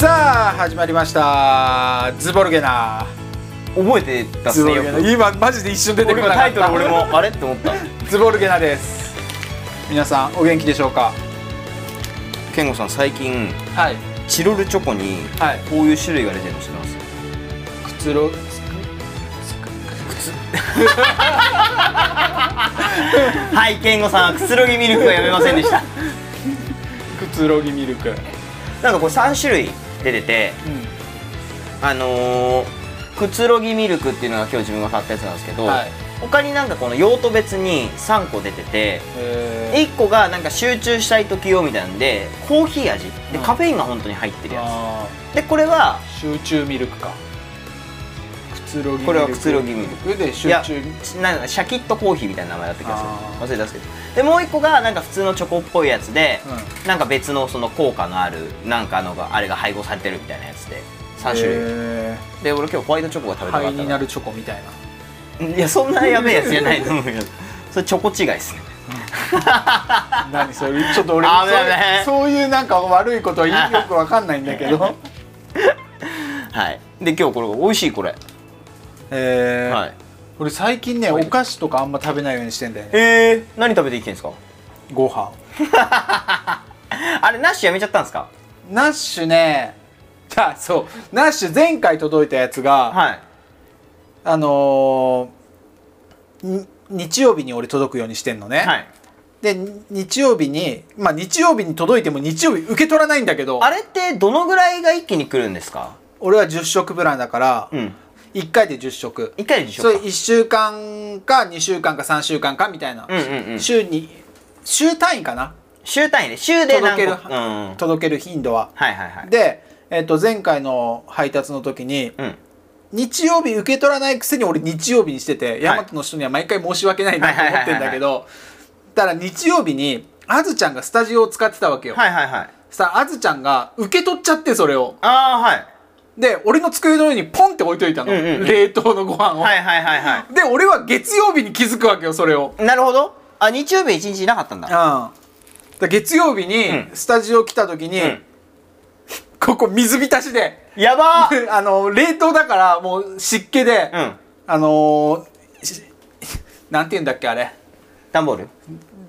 始まりましたズボルゲナ覚えてたっすズボねルよゲくナ今マジで一瞬出てこ俺なもかったタイトル俺もあれって思ったズボルゲナです皆さんお元気でしょうか健吾さん最近はいチロルチョコにはいこういう種類が出てるの知ってますくつろはい健吾さんくつろぎミルクがやめませんでしたくつろぎミルクうん なんかこれ3種類出ててあのーくつろぎミルクっていうのが今日自分が買ったやつなんですけど、はい他になんかこの用途別に3個出ててえ1個がなんか集中したい時用みたいなんでコーヒー味でうんカフェインが本当に入ってるー、やあつでこれはー集中ミルクかくつろぎミルクこれはくつろぎミルクで集いや中ミルなんかシャキッとコーヒーみたいな名前だった気がするあー忘れたんですけどでもう一個がなんか普通のチョコっぽいやつで、なんか別のその効果のあるなんかのがあれが配合されてるみたいなやつで3種類、えで俺今日ホワイトチョコが食ーべたか灰ったになるチョコみたいないやそんなやべえやつじゃないと思うけど それチョコ違いですね何それちょっと 俺あ危ないそうそういうなんか悪いことはよくわかんないんだけ どはいで今日これ美味しいこれ、えーはい俺最近ねお菓子とかあんま食べないようにしてんだよねえー、何食べて生きてんですかご飯あれナッシュやめちゃったんですかナッシュね あそうナッシュ前回届いたやつが、はいあのーに日曜日に俺届くようにしてんのね、はいでに日曜日にまあ日曜日に届いても日曜日受け取らないんだけどあれってどのぐらいが一気に来るんですか俺は10食ブランだから、うん1回で10食一回でしそょれ1週間か2週間か3週間かみたいな、うんうんうん週に週単位かな週単位で週で届何個けるうんうん届ける頻度は、はいはいはいで、えっと前回の配達の時にうんはい日曜日受け取らないくせに俺日曜日にしててヤマトの人には毎回申し訳ないなと思ってんだけどだから日曜日にあずちゃんがスタジオを使ってたわけよ、はいはいさああずちゃんが受け取っちゃってそれをああはいで俺の机の上にポンって置いといたの、うんうんうん冷凍のご飯を、はいはいはいはで俺は月曜日に気づくわけよそれをいなるほどあ日曜日一日いなかったんうんだだから月曜日にうんスタジオ来た時に、うんここ水浸しで やばーあの冷凍だからもう湿気で、 うんあのーしなんて言うんだっけあれ段ボール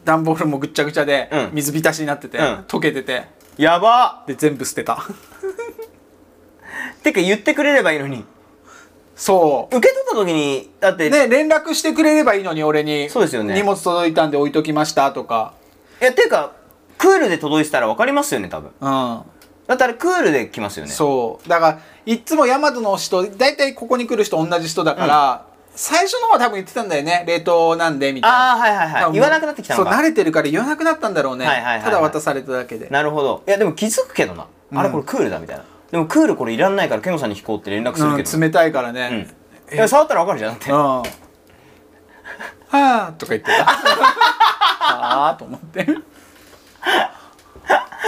段ボールもぐっちゃぐちゃで、うん水浸しになってて、うん溶けててやばで全部捨て たーてか言ってくれればいいのにそう受け取った時にだって、ね連絡してくれればいいのに俺にそうですよね荷物届いたんで置いときましたとかいやていうかクールで届いてたら分かりますよね多分うんだってあれクールで来ますよねそうだからいっつもヤマトの人大体ここに来る人同じ人だから、最初の方は多分言ってたんだよね冷凍なんでみたいなああはいは多いはい分言わなくなってきたのそう慣かれてるから言わなくなったんだろうね、はいはいはいはいただ渡されただけでなるほどいやでも気づくけどな、あれこれクールだみたいなでもクールこれいらんないからケンゴさんに聞こうって連絡するけど、うん、冷たいからうんねいや触ったら分かるじゃんだってうん、 はあと か言ってたはあと思って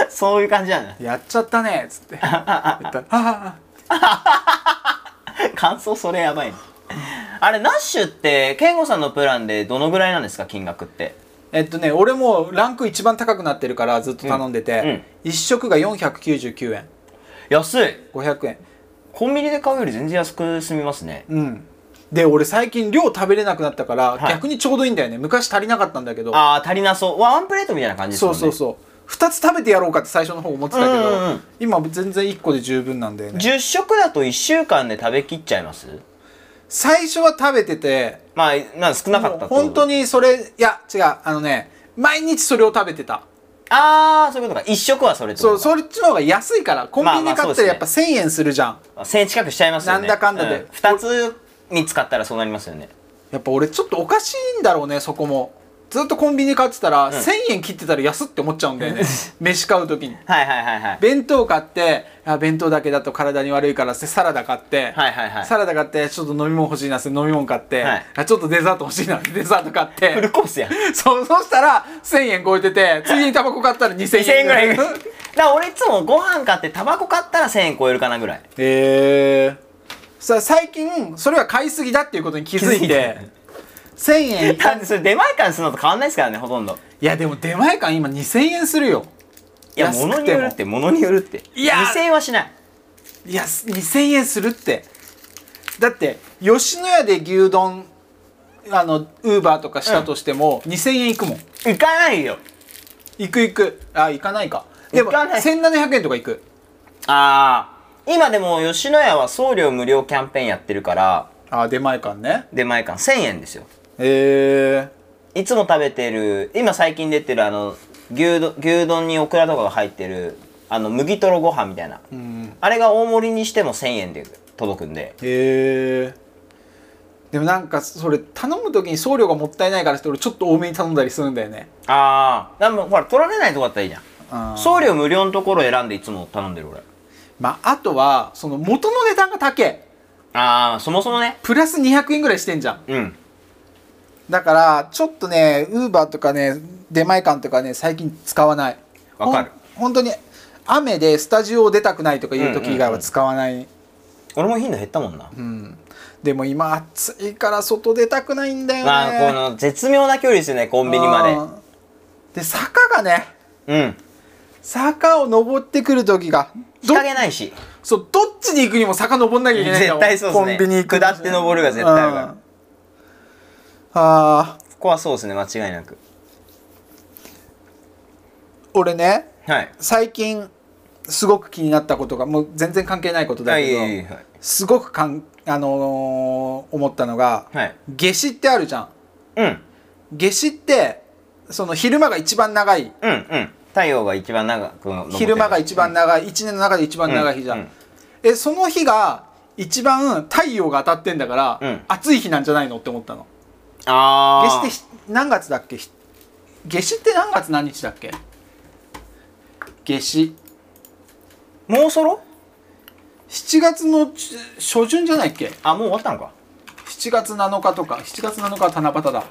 そういう感じなんだやっちゃったねっつって言ったらはあ 感想それやばいねあれナッシュって健吾さんのプランでどのぐらいなんですか金額ってえっとね俺もうランク一番高くなってるからずっと頼んでて、うんうん一食が499円安い500円コンビニで買うより全然安く済みますねうんで俺最近量食べれなくなったから、はい逆にちょうどいいんだよね昔足りなかったんだけどああ足りなそうワンプレートみたいな感じですそもんうねそうそう2つ食べてやろうかって最初の方思ってたけど、うんうんうん今全然1個で十分なんだよね10食だと1週間で食べきっちゃいます最初は食べててまあなんか少なかったもう本当ににそれいや違うあのね毎日それを食べてたああそういうことか1食はそれってそこうとかそっちの方が安いからコンビニまであまあ買っそたうらでやっすねぱ1000円するじゃん、 1000円近くしちゃいますよねなんだかんだで2つ見つかったらそうなりますよねやっぱ俺ちょっとおかしいんだろうねそこもずっとコンビニ買ってたら、1000円切ってたら安って思っちゃうんだ よね飯買う時にはいはいはいはい弁当買ってあ弁当だけだと体に悪いからってサラダ買って、はいはいはいサラダ買ってちょっと飲み物欲しいなって飲み物買って、はいあちょっとデザート欲しいなってデザート買って フルコースやんそうそうしたら1000円超えててついでにタバコ買ったら2000 2000円円ぐぐららいい だから俺いつもご飯買ってタバコ買ったら1000円超えるかなぐらいへえさあ最近それは買いすぎだっていうことに気づい気づていて1000円い だってそれ出前館するのと変わんないですからねほとんどやでも出前館今2000円するよいや安物くにてよもるって物によるっていや2000円はしないいや2000円するってだって吉野家で牛丼あのウーバーとかしたとしても、2000円いくもん行かないよ行く行くあ行かないかでも行かない1700円とか行くああ今でも吉野家は送料無料キャンペーンやってるからあ出前館ね出前館1000円ですよへえいつも食べてる今最近出てるあの牛丼牛丼にオクラとかが入ってるあの麦とろご飯みたいな、あれが大盛りにしても1000円で届くんでへえでもなんかそれ頼む時に送料がもったいないからって俺ちょっと多めに頼んだりするんだよねああでもほら取られないとこだったらいいじゃあーん送料無料のところ選んでいつも頼んでる俺まああとはその元の値段が高えああそもそもねプラス200円ぐらいしてんじゃんうんだからちょっとねウーバーとかね出前館とかね最近使わないわかるほん本当に雨でスタジオを出たくないとかいう時以外は使わない、俺も頻度減ったもんな、でも今暑いから外出たくないんだよねまあこの絶妙な距離ですよねコンビニまでで坂がねでうん坂を登ってくる時が日ど陰ないしそうどっちに行くにも坂登んなきゃいけないんだも絶ん対そうですねコンビニ行く下って登るが絶対あるからうんあーここはそうですね間違いなく俺ねはい最近すごく気になったことがもう全然関係ないことだはいけど、はいはいはいすごくかん、あのー思ったのが、はい夏至ってあるじゃんうん夏至ってその昼間が一番長いうんうん太陽が一番長く昇ってる昼間が一番長い一年の中で一番長い日じゃん、うんうんえその日が一番太陽が当たってんだから、うん暑い日なんじゃないのって思ったのああ夏至ってひ何月だっけひ夏至って何月何日だっけ夏至もうそろ7月のち初旬じゃないっけあもう終わったのか7月7日とか7月7日は七夕だ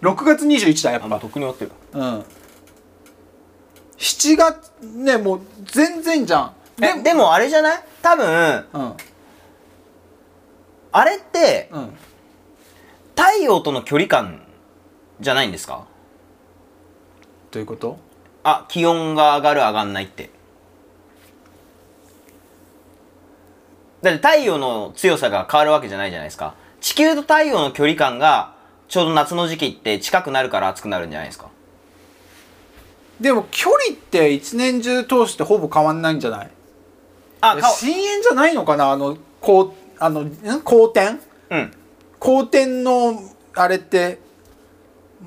6月21だやっあぱもうとっくに終わってるうん7月ねもう全然じゃんえでもあれじゃない多分うんあれってうん太陽との距離感じゃないんですかどういうことあ気温が上がる上がんないってだって太陽の強さが変わるわけじゃないじゃないですか地球と太陽の距離感がちょうど夏の時期って近くなるから暑くなるんじゃないですかでも距離って一年中通してほぼ変わんないんじゃないあえ顔深淵じゃないのかなあのこうあのん光点うん光点のあれって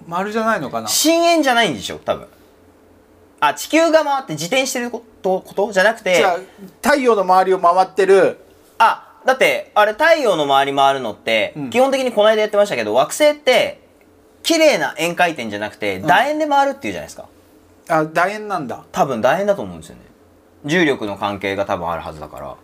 丸じゃないのかな深淵じゃないんでしょ多分あ地球が回って自転してることことじゃなくてじゃあ太陽の周りを回ってるあだってあれ太陽の周り回るのって、ん基本的にこの間やってましたけど惑星って綺麗な円回転じゃなくて楕円で回るっていうじゃないですか、あ楕円なんだ多分楕円だと思うんですよね重力の関係が多分あるはずだから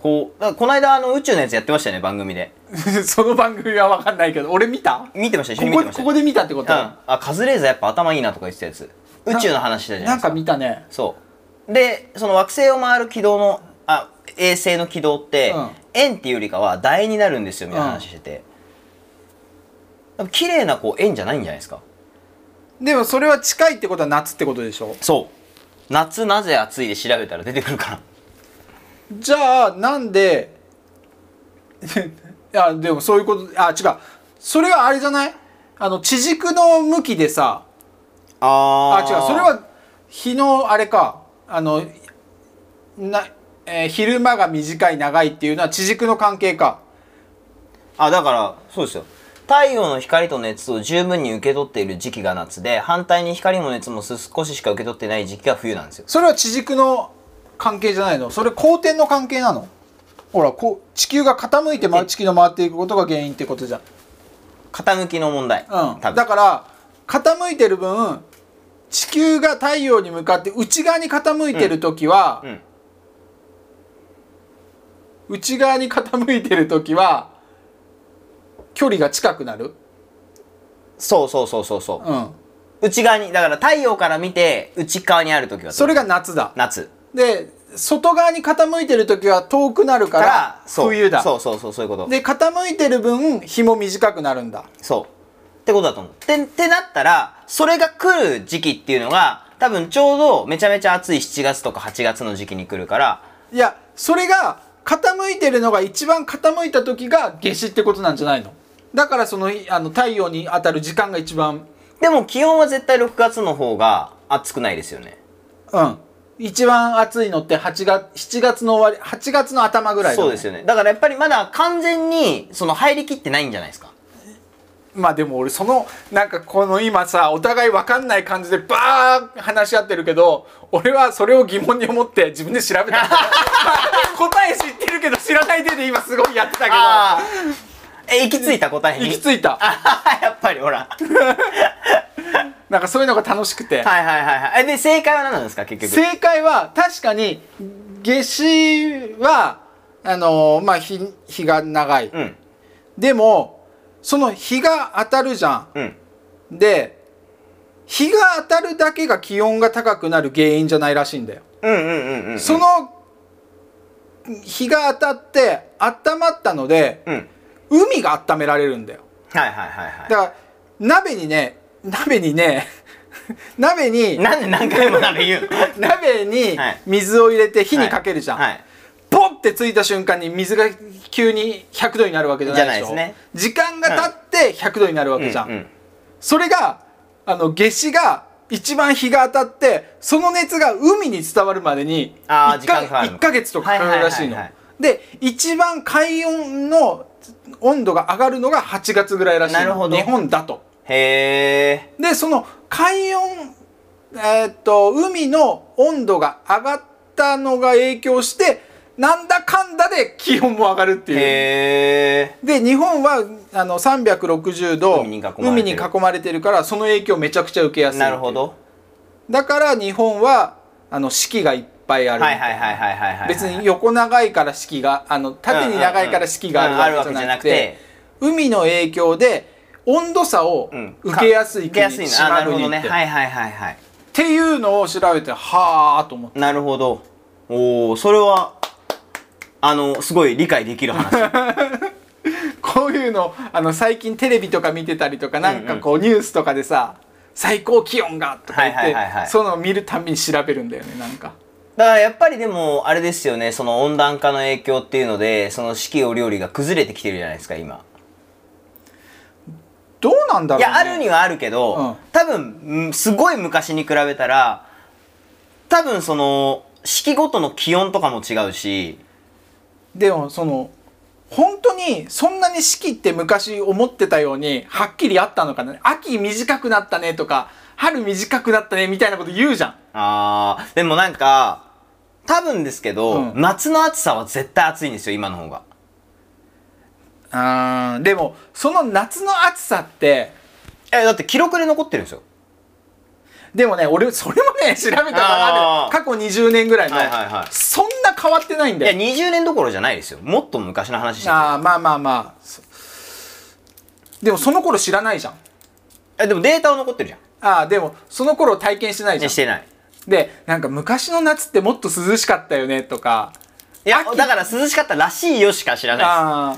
こうだからこの間あの宇宙のやつやってましたよね番組で その番組は分かんないけど俺見た見てました一緒こに見こてましたここで見たってこと、うん、あカズレーザーやっぱ頭いいなとか言ってたやつ宇宙の話だじゃなないでんすかか見たねそうでその惑星を回る軌道のあ衛星の軌道って、うん円っていうよりかは楕円になるんですよみたいな話してて、多分綺麗なこう円じゃないんじゃないですかでもそれは近いってことは夏ってことでしょそう夏なぜ暑いで調べたら出てくるからじゃあなんで いやでもそういうことあ違うそれはあれじゃないあの地軸の向きでさああ違うそれは日のあれかあのな、えー昼間が短い長いっていうのは地軸の関係かあだからそうですよ太陽の光と熱を十分に受け取っている時期が夏で反対に光も熱も少ししか受け取ってない時期が冬なんですよそれは地軸の関係じゃないのそれ公転の関係なのほらこう地球が傾いて回地球の回っていくことが原因ってことじゃん傾きの問う題、ん、多分だから傾いてる分地球が太陽に向かって内側に傾いてる時は、うんうん内側に傾いてる時は距離が近くなる、そうそうそうそうそう、うん、内側にだから太陽から見て内側にある時はそれが夏だ夏で外側に傾いてる時は遠くなるかかららそう冬だそうそうそうそういうことで傾いてる分日も短くなるんだそうってことだと思うてってなったらそれが来る時期っていうのが多分ちょうどめちゃめちゃ暑い7月とか8月の時期に来るからいやそれが傾いてるのが一番傾いた時が夏至ってことなんじゃないのだからそのあの太陽に当たる時間が一番でも気温は絶対6月の方が暑くないですよねうん一番暑いのって8月7月の終わり8月の頭ぐらいだそうですよねだからやっぱりまだ完全にその入りきってないんじゃないですかまあでも俺そのなんかこの今さお互い分かんない感じでバーッ話し合ってるけど俺はそれを疑問に思って自分で調べ た答え知ってるけど知らない手で今すごいやってたけどああえ行き着いた答えに行き着いたあ やっぱりほらなんかそういうのが楽しくてはいはいはいはいえで正解は何なんですか結局正解は確かに夏至はあのーまあ日日が長い、うんでもその日が当たるじゃうんんで日が当たるだけが気温が高くなる原因じゃないらしいんだよ、うんうんうんうんその日が当たって温まったのでうん海が温められるんだよはいはいはいはだから鍋にね鍋にね鍋いになんで何回も鍋言うの鍋にはい水を入れて火にかけるじゃん、はいはいポンってついた瞬間に水が急に100度になるわけじゃないでしょじゃないですね時間が経って100度になるわけじゃん、うんうんそれがあの夏至が一番日が当たってその熱が海に伝わるまでにあー1時間かかるのヶ月とかかかるらしいの、はいはいはいで一番海温の温度が上がるのが8月ぐらいらしいのなるほど日本だとへえでその海温えーっと海の温度が上がったのが影響してなんだかんだで気温も上がるっていう。へえで日本はあの360度海海にに囲まれてる囲まれてるからその影響めちゃくちゃ受けやすいなるほどだから日本はあの四季がいっぱいあるみはたいいなはいはいはいはいはい別に横長いから四季があの縦に長いから四季があるわけじゃなくうんうんうんうんあるてわけ海の影響で温度差をうん受けやすい受け国やすいな島あなるほ国どっねてはいはいはいはいっていうのを調べてはあと思ってなるほどおおそれはあのすごい理解でき る話 こういうのあの最近テレビとか見てたりとかなんかこうニュースとかでさ最高気温がとか言って、はいはいはいはいそういうのを見るたびに調べるんだよねなんかだからやっぱりでもあれですよねその温暖化の影響っていうのでその四季折々が崩れてきてるじゃないですか今どうなんだろ、いうね、やあるにはあるけど、うん多分んすごい昔に比べたら多分その四季ごとの気温とかも違うしでもその本当にそんなに四季って昔思ってたようにはっきりあったのかな秋短くなったねとか春短くなったねみたいなこと言うじゃんあーでもなんか多分ですけど、うん夏の暑さは絶対暑いんですよ今の方があーでもその夏の暑さってえだって記録で残ってるんですよでもね俺それも ね調べたからあー過去20年ぐらいの、はいはいはいそんな変わってないんいだやよ20年どころじゃないですよもっと昔の話してるあーまあまあまあそでもその頃知らないじゃんえでもデータは残ってるじゃんああでもその頃体験してないじえゃんしてないでなんか昔の夏ってもっと涼しかったよねとかいやだから涼しかったらしいよしか知らないですだかああ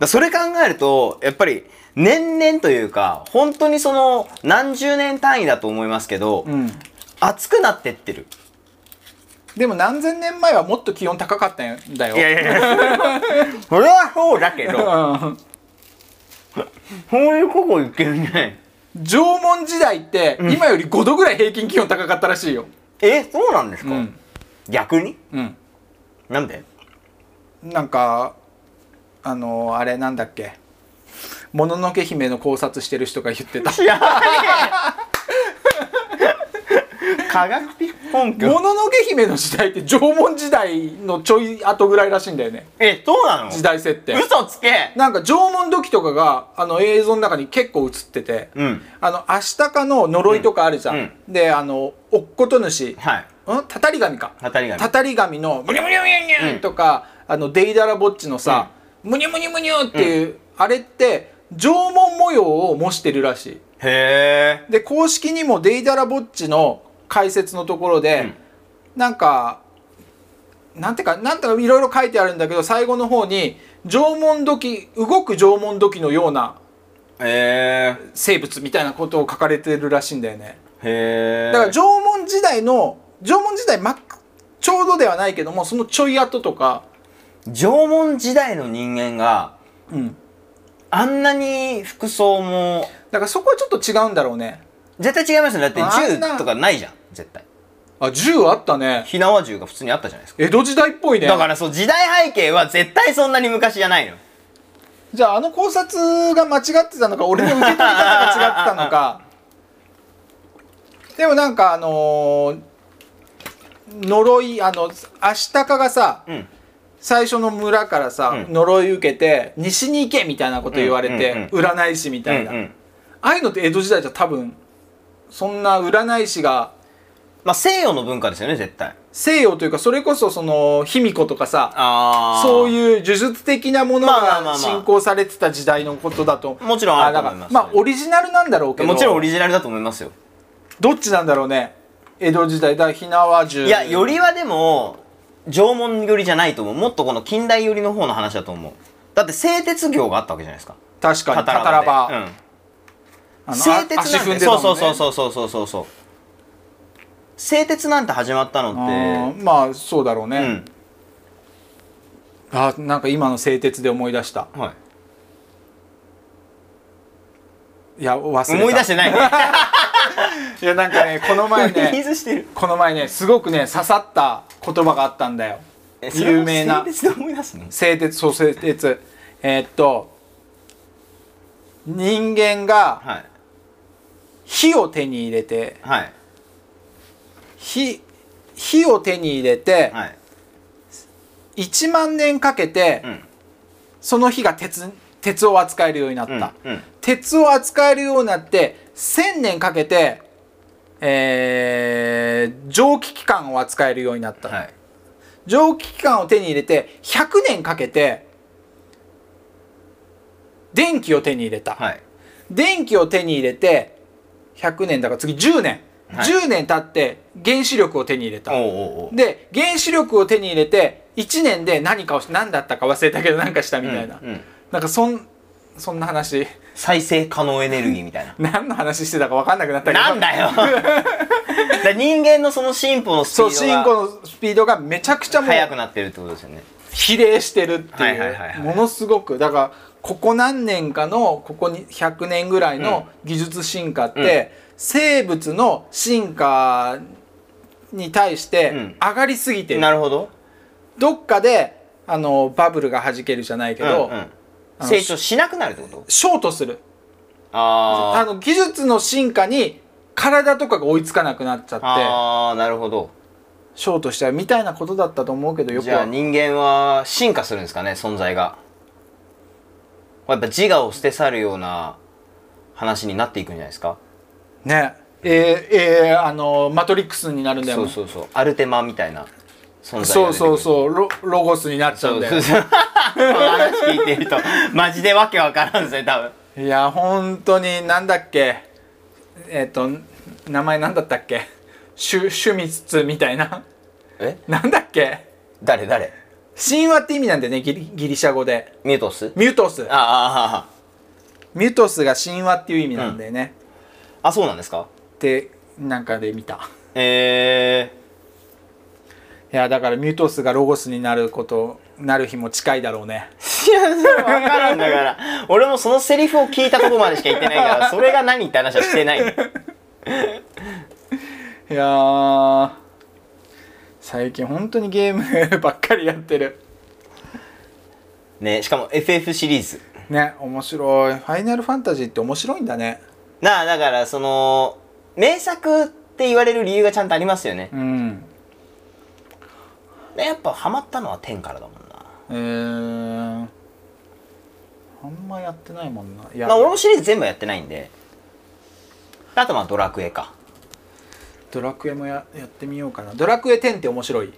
らそれ考えるとやっぱり年々というか本当にその何十年単位だと思いますけど、うん暑くなってってるでも何千年前はもっと気温高かったんだよいやいやいや それはそうだけどうんそういうこといけるね縄文時代って今より5度ぐらい平均気温高かったらしいよえそうなんですか、うん逆にうんなんでなんかあのあれなんだっけもののけ姫の考察してる人が言って た科学的根もののけ姫の時代って縄文時代のちょい後ぐらいらしいんだよねえそうなの時代設定嘘つけなんか縄文土器とかがあの映像の中に結構映ってて、うんあのアシタカの呪いとかあるじゃん、うんであのおっこと主はいんたたり神かたたり神たたり神のムニュムニュムニュムニュとか、あのデイダラボッチのさ、ムニュムニュムニュっていう、あれって縄文模様を模してるらしいへえで公式にもデイダラボッチの解説のところで、なんかなんてかなんてかいろいろ書いてあるんだけど最後の方に縄文土器動く縄文土器のようなへえ生物みたいなことを書かれてるらしいんだよね。へえだから縄文時代の縄文時代末ちょうどではないけどもそのちょい後とか縄文時代の人間がうんあんなに服装もだからそこはちょっと違うんだろうね絶対違いますよだってあんな銃とかないじゃん絶対あ銃あったね火縄銃が普通にあったじゃないですか江戸時代っぽいねだからそう時代背景は絶対そんなに昔じゃないのじゃああの考察が間違ってたのか俺の受け取り方が違ってたのかでもなんかあのー呪いあのアシタカがさうん最初の村からさ、うん呪い受けて西に行けみたいなこと言われて、うんうん占い師みたいな、うんうんああいうのって江戸時代じゃ多分そんな占い師がまあ西洋の文化ですよね絶対西洋というかそれこそその卑弥呼とかさああそういう呪術的なものまあまあまあまがあ信仰されてた時代のことだともちろんあるとだ思かいまらすまあオリジナルなんだろうけどもちろんオリジナルだと思いますよどっちなんだろうね江戸時代だから火縄銃いやよりはでも縄文寄りじゃないと思うもっとこの近代寄りの方の話だと思うだって製鉄業があったわけじゃないですか確かにタタラでバあの製鉄足なん踏んてでたそもうんねそうそうそうそうそうそうそう製鉄なんて始まったのあっーまあそうだろうてうね、んあなんか今の製鉄で思い出したはいいや忘れた思い出してないねいやなんかねこの前 ね水してるこの前ねすごくね刺さった言葉があったんだよえそれも有名な製鉄で思い出すの製鉄そう製鉄えーっと人間がはい火を手に入れてはい火火を手に入れてはい1万年かけてうんその火が鉄鉄を扱えるようになった、うんうん鉄を扱えるようになって1,000年かけて、えー蒸気機関を扱えるようになった、はい蒸気機関を手に入れて100年かけて電気を手に入れた、はい電気を手に入れて100年だから次10年、はい10年経って原子力を手に入れたおうおうおうで原子力を手に入れて1年で何かをし何だったか忘れたけど何かしたみたいな、うんうんなんかそんそんな話 再生可能エネルギーみたいな何の話してたか分かんなくなったけどなん だよだから人間のその進歩のスピそう進ー行ドがのスピードがめちゃくちゃもう速くなってるってことですよね比例してるってはいいはいはいはういものすごくだからここ何年かのここに100年ぐらいの技術進化って、生物の進化に対してうん上がりすぎてる、なるほどどっかであのバブルが弾けるじゃないけど、うんうんあの成長しなくなるってことショートするああーの技術の進化に体とかが追いつかなくなっちゃってあーなるほどショートしちゃうみたいなことだったと思うけどよくじゃあは人間は進化するんですかね存在がやっぱ自我を捨て去るような話になっていくんじゃないですかねえー、えーあのマトリックスになるんだよそうそうそうアルテマみたいな存在が出てくるそうそうそうロロゴスになっちゃうそんうだそようそう この話聞いてるとマジでわけわからんですね多分いや本当になんだっけえっ、と名前なんだったっけシュシュミツみたいな えなんだっけ誰誰神話って意味なんだよねギリギリシャ語でミュートスミュートスあああミュートスが神話っていう意味なんだよね、ああそうなんですかってなんかで見たえいやだからミュートスがロゴスになることなる日も近いだろうねー、いやそれ分からんだから 俺もそのセリフを聞いたとこまでしか言ってないからそれが何って話はしてないいやー最近本当にゲームばっかりやってるねしかも FF シリーズね面白いファイナルファンタジーって面白いんだねなあだからその名作って言われる理由がちゃんとありますよねうんでやっぱハマったのは天からだもんなえー、あんまやってないもんないやまあ俺もシリーズ全部やってないんであとまあドラクエかドラクエもややってみようかなドラクエ10って面白い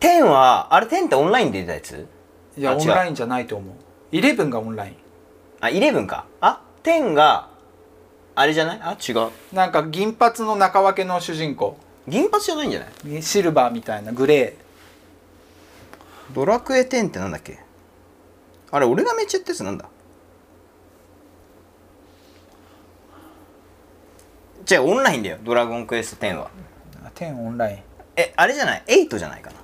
天はあれ天ってオンラインで出たやついやあオ違ンうラインじゃないと思う11がオンラインあイレブンかあ天があれじゃないあ違うなんか銀髪の中分けの主人公銀髪じゃないんじゃないシルバーみたいなグレドラクエ10ってなんだっけあれ俺がめっちゃやったやつなんだじゃあオンラインだよドラゴンクエスト10はーあ10オンラインえあれじゃない8じゃないかな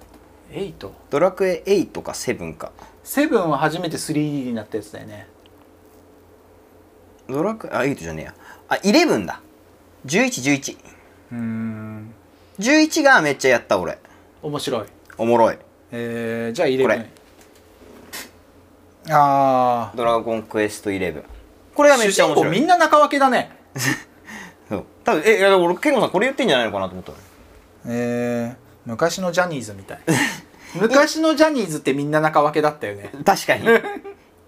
エイトドラクエ8か7かセブンは初めて 3D になったやつだよねドラクエあ8じゃねえやあ11だ1111うん11がめっちゃやった俺面白いおもろいえー、じゃあ11これあドラゴンクエスト11これがあめっ主ちゃ人面白公いみんな中分けだねそう多分えいや俺ケンゴさんこれ言ってんじゃないのかなと思ったのえー、昔のジャニーズみたい 昔のジャニーズってみんな中分けだったよね確 かに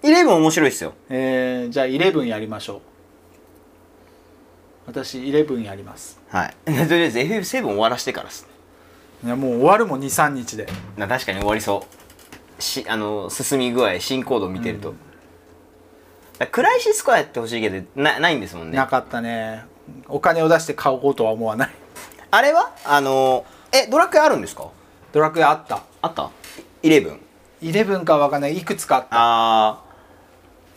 11面白いっすよえー、じゃあ11やりましょう私11やりますはい とりあえず FF7 終わらしてからっすねいやもう終わるもん23日でな確かに終わりそうしあの進み具合進行度見てると、だクライシスコアやってほしいけどなないんですもんねなかったねお金を出して買おうとは思わないあれはあのえドラクエあるんですかドラクエあったあった11 11かわかんないいくつかあったあ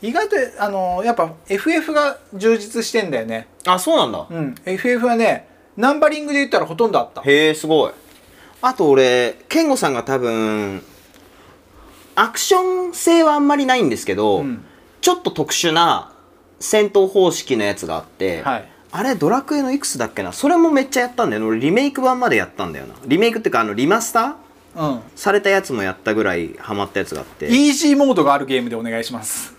意外とあのやっぱ FF が充実してんだよねーあそうなんだ、うん FF はねナンバリングで言ったらほとんどあったへえすごいあと俺健吾さんが多分アクション性はあんまりないんですけど、うんちょっと特殊な戦闘方式のやつがあって、はいあれドラクエのいくつだっけなそれもめっちゃやったんだよね俺リメイク版までやったんだよなリメイクっていうかあのリマスターうんされたやつもやったぐらいハマったやつがあってイージーモードがあるゲームでお願いします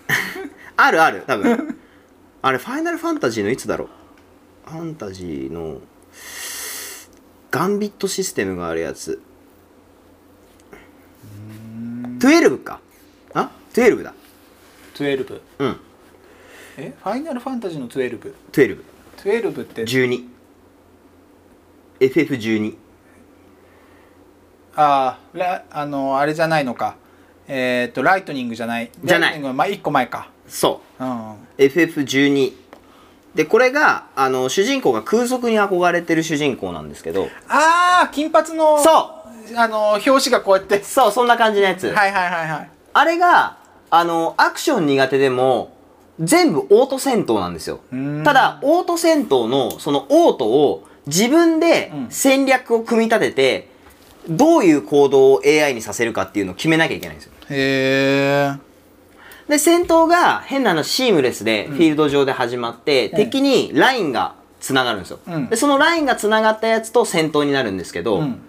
あるある多分 あれファイナルファンタジーのいつだろうファンタジーのガンビットシステムがあるやつ12かあ12だ12うんえファイナルファンタジーの1212 1212って FF12 あーラあのあれじゃないのかえっとライトニングじゃないじゃなライいトニングはまあ1個前かそううんうん FF12 でこれがあの主人公が空賊に憧れてる主人公なんですけどああ金髪のそうあの表紙がこうやってそうそんな感じのやつ、はいはいはいはいあれがあのアクション苦手でも全部オート戦闘なんですようーんただオート戦闘のそのオートを自分でうん戦略を組み立てて、どういう行動を AI にさせるかっていうのを決めなきゃいけないんですよへえで戦闘が変な話シームレスでフィールド上で始まって、うん敵にラインがつながるんですよ、うんでそのラインがつながったやつと戦闘になるんですけど、うん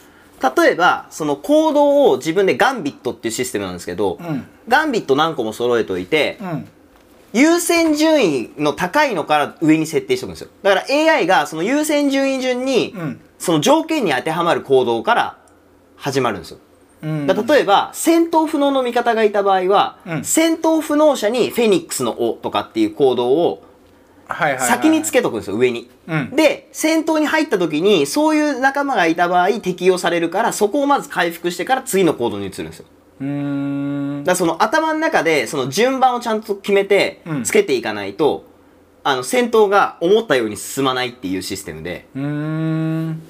例えばその行動を自分でガンビットっていうシステムなんですけど、うんガンビット何個も揃えといて、うん優先順位の高いのから上に設定しておくんですよだから AI がその優先順位順に、うんその条件に当てはまる行動から始まるんですようんだから例えば戦闘不能の味方がいた場合は、うん戦闘不能者にフェニックスの尾とかっていう行動をはいはいはい先につけとくんですよ上に、うんで戦闘に入った時にそういう仲間がいた場合適用されるからそこをまず回復してから次の行動に移るんですようーんだからその頭の中でその順番をちゃんと決めてうんつけていかないと、あの戦闘が思ったように進まないっていうシステムでうーん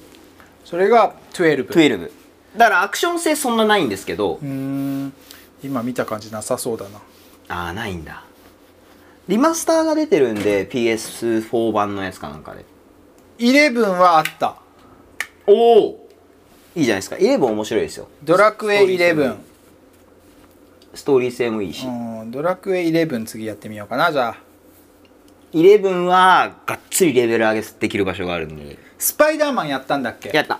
それが12 12だからアクション性そんなないんですけど、うーん今見た感じなさそうだなああないんだリマスターが出てるんで PS4 版のやつかなんかで11はあったおおいいじゃないですか11面白いですよドラクエストーリー性もいい11ストーリー性もいいし、うんドラクエ11次やってみようかなじゃあ11はがっつりレベル上げできる場所があるんでスパイダーマンやったんだっけやった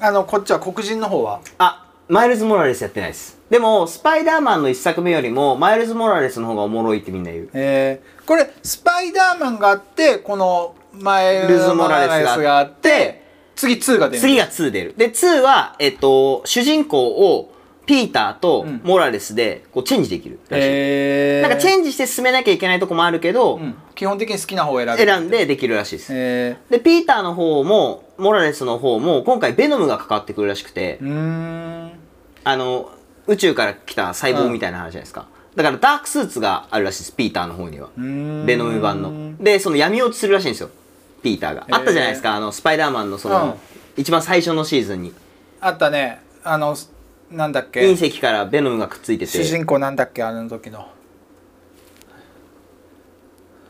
あのこっちは黒人の方はあマイルズ・モラレスやってないですでもスパイダーマンの一作目よりもマイルズ・モラレスの方がおもろいってみんな言うえー、これスパイダーマンがあってこの前ルズモラレスがあって次2が出る次が2出るで2は、えっと、主人公をピーターとうんモラレスでこうチェンジできるらしい、えー、なんかチェンジして進めなきゃいけないとこもあるけど、うん、基本的に好きな方を選ぶ選んでできるらしいです、えでピーターの方もモラレスの方も今回ベノムが関わってくるらしくて、ー、うーんあの宇宙から来た細胞みたいな話じゃないですか、だからダークスーツがあるらしいですピーターの方にはうーんベノム版のでその闇落ちするらしいんですよピーターがへーあったじゃないですかあのスパイダーマンのその、うん一番最初のシーズンにあったねあのなんだっけ隕石からベノムがくっついて主て人公なんだっけあの時の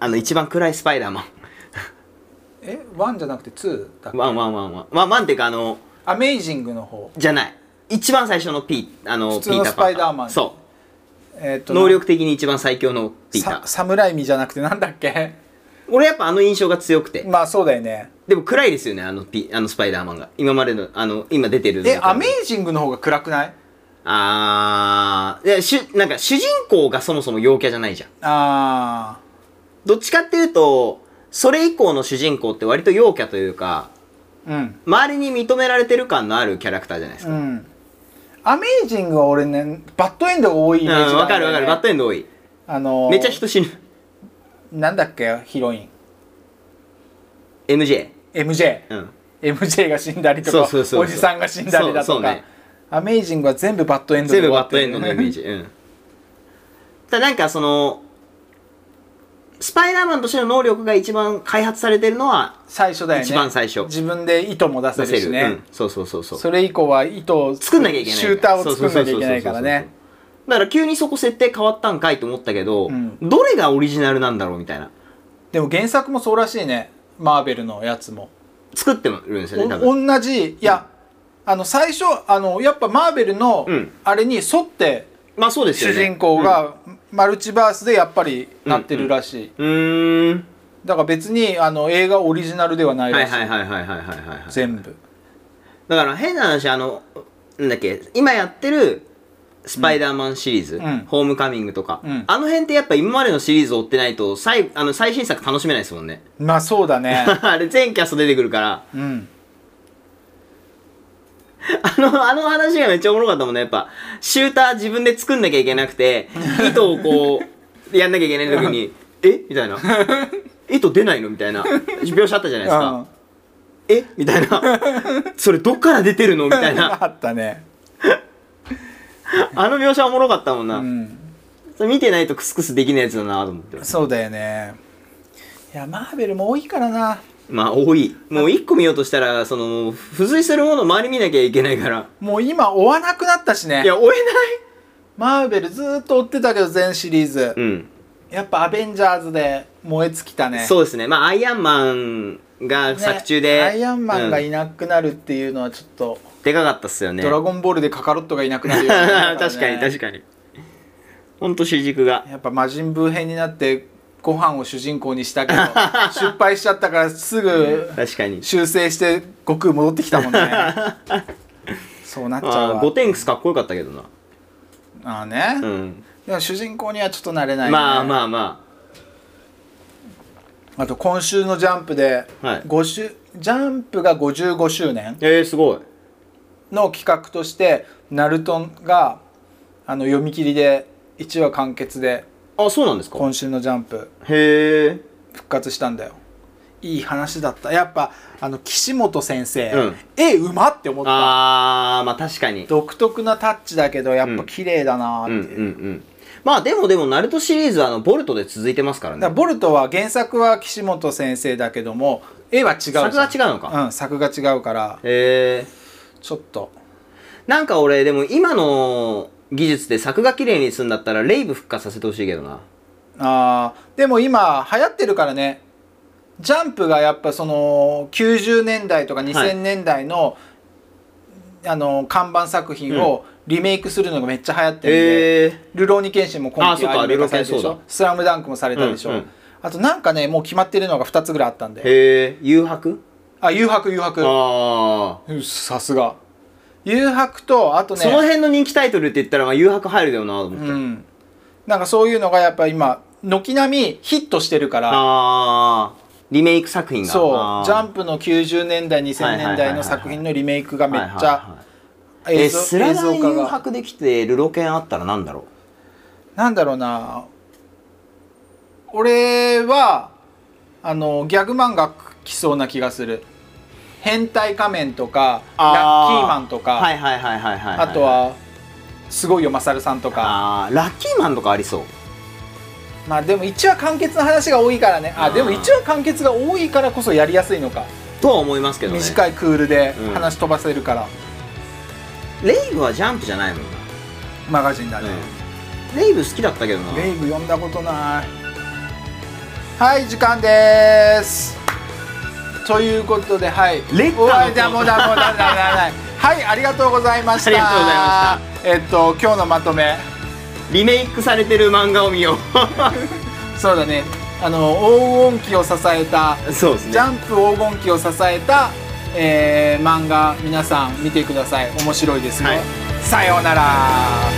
あの一番暗いスパイダーマン えワンじゃなくてツーだっけワンワンワンワンワンワンっていうかあのアメイジングの方じゃない一番最初のピーあの普通のピーターパンスパイダーマンそえっうと能力的に一番最強のピータさー侍味じゃなくてなんだっ け俺やっぱあの印象が強くてまあそうだよねでも暗いですよねあのピあのスパイダーマンが今までのあの今出てるえアメイイジングの方が暗くないあーでしゅなんか主人公がそもそも陽キャじゃないじゃんあどっちかっていうとそれ以降の主人公って割と陽キャというかあうん周りに認められてる感のあるキャラクターじゃないですうかんアメイジングは俺ねバッドエンドが多いイうんメージがあわ、かんるだよわかねるバッドエンド多いあのーめっちゃ人死ぬなんだっけヒロイン MJ MJ うん MJ が死んだりとかそうそうそうそうおじさんが死んだりだそうとそうか、ねアメイジングは全部バッドエンドで全終部わっバッてドエるンドのイメージうんただなんかそのスパイダーマンとしての能力が一番開発されてるのは最初だよね一番最初自分で糸も出せ出るせしる、ね、うん、そうそうそうそうそれ以降は糸を作んなきゃいけないシューターを作んなきゃいけないからそうそうそうそうそうねそうだから急にそこ設定変わったんかいと思ったけど、うんどれがオリジナルなんだろうみたいなでも原作もそうらしいねマーベルのやつも作ってもいるんですよね多分同じいや、あの最初あのやっぱマーベルのうんあれに沿ってまあそうですよ主ね人公がマルチバースでやっぱりなってるらしい、うんうーんだから別にあの映画オリジナルではないはいらしい、はいはいはいはいはいはい全部だから変な話あのなんだっけ今やってるスパイダーマンシリーズ、んホームカミングとか、うんあの辺ってやっぱ今までのシリーズを追ってないと最あの最新作楽しめないですもんねまあそうだ ねあれ全キャスト出てくるから うんあの、あの話がめっちゃおもろかったもんね。やっぱ、シューター自分で作んなきゃいけなくて、糸をこう、やんなきゃいけない 時に、えみたいな。糸出ないのみたいな。描写あったじゃないですあか。えみたいな。 それどっから出てるのみた いな。あったねあの描写おもろかったもんな。うんそれ見てないとクスクスできないやつだなと思って。そうだよねいやマーベルも多いからなまあ、多い。もう一個見ようとしたら、その、付随するもの周り見なきゃいけないから。もう今追わなくなったしねいや、追えない。マーベルずーっと追ってたけど全シリーズ、うん。やっぱアベンジャーズで燃え尽きたねそうですね。まあ、アイアンマンがね作中で。アイアンマンがういんなくなるっていうのはちょっと、でかかったっすよね。ドラゴンボールでカカロットがいなくなるよ、 確かに確かかにほんと主軸がにやっぱ魔人ブー編になってご飯を主人公にしたけど 失敗しちゃったからすぐ確かに修正して悟空戻ってきたもん ねそうなっちゃうまあわゴテンクスかっこよかったけどなああね、うんでも主人公にはちょっとなれない、ね、まあまあまあと今週の「ジャンプで」はい5週ジャンプが55周年あえー、すごいの企画としてナルトがあの読み切りで1話完結であそうなんですか今週の「ジャンプへ復活したんだよいい話だったやっぱあの岸本先生、うん絵うまって思ーったあーまあ確かに独特なタッチだけどやっぱ綺麗だなーっうんて、うんうだかんまあでもでもナルトシリーズはあのボルトで続いてますかららねボルトは原作は岸本先生だけども絵は違うじゃん作が違うのか、うん作が違うからへえちょっとなんか俺でも今の技術で作画綺麗にするんだったらレイブ復活させてほしいけどなあーでも今流行ってるからねジャンプがやっぱその90年代とか2000年代の、あの看板作品をリメイクするのがめっちゃ流行ってるんでへえ「ルローニケンシン」も今あそ期っアかニメ化されてるでしルローニょケ「スラムダンクもされたでしょ、うんうんあとなんかねもう決まってるのが2つぐらいあったんでへえ誘白あ誘白誘白ああうんさすが誘白とあとねその辺の人気タイトルって言ったら、まあ、誘白入るだよなと思って。うんなんかそういうのがやっぱ今軒並みヒットしてるからああ、リメイク作品が。そう「ジャプンプ」の90年代2000年代の作品のリメイクがめっちゃえ、映像スラ映ダン像化誘が白できて、ルロケンあったらなんだろなんだろうな俺はあのギャグ漫画来そうな気がする変態仮面とかう。ラッキあーマンとか、はいはいはいはいはいい。あと、はすごいよマサルさんとかあーラッキーマンとかありそう。まあでも1話完結の話が多いからねああーでも1話完結が多いからこそやりやすいのか、とは思いますけどね。短いクールでうん話飛ばせるから、レイブはジャンプじゃないもんな。マガジンだね、うんレイブ好きだったけどな。レイブ読んだことないはい時間ですということではいレッカーのおいだもうだもうだだだだ はいありがとうございましたありがとうございいましたえっと今日のまとめリメイクされてる漫画を見よ そうだねあの黄金期を支えたうそうですねジャンプ黄金期を支えた、えー漫画皆さん見てください面白いですよ、はいさようなら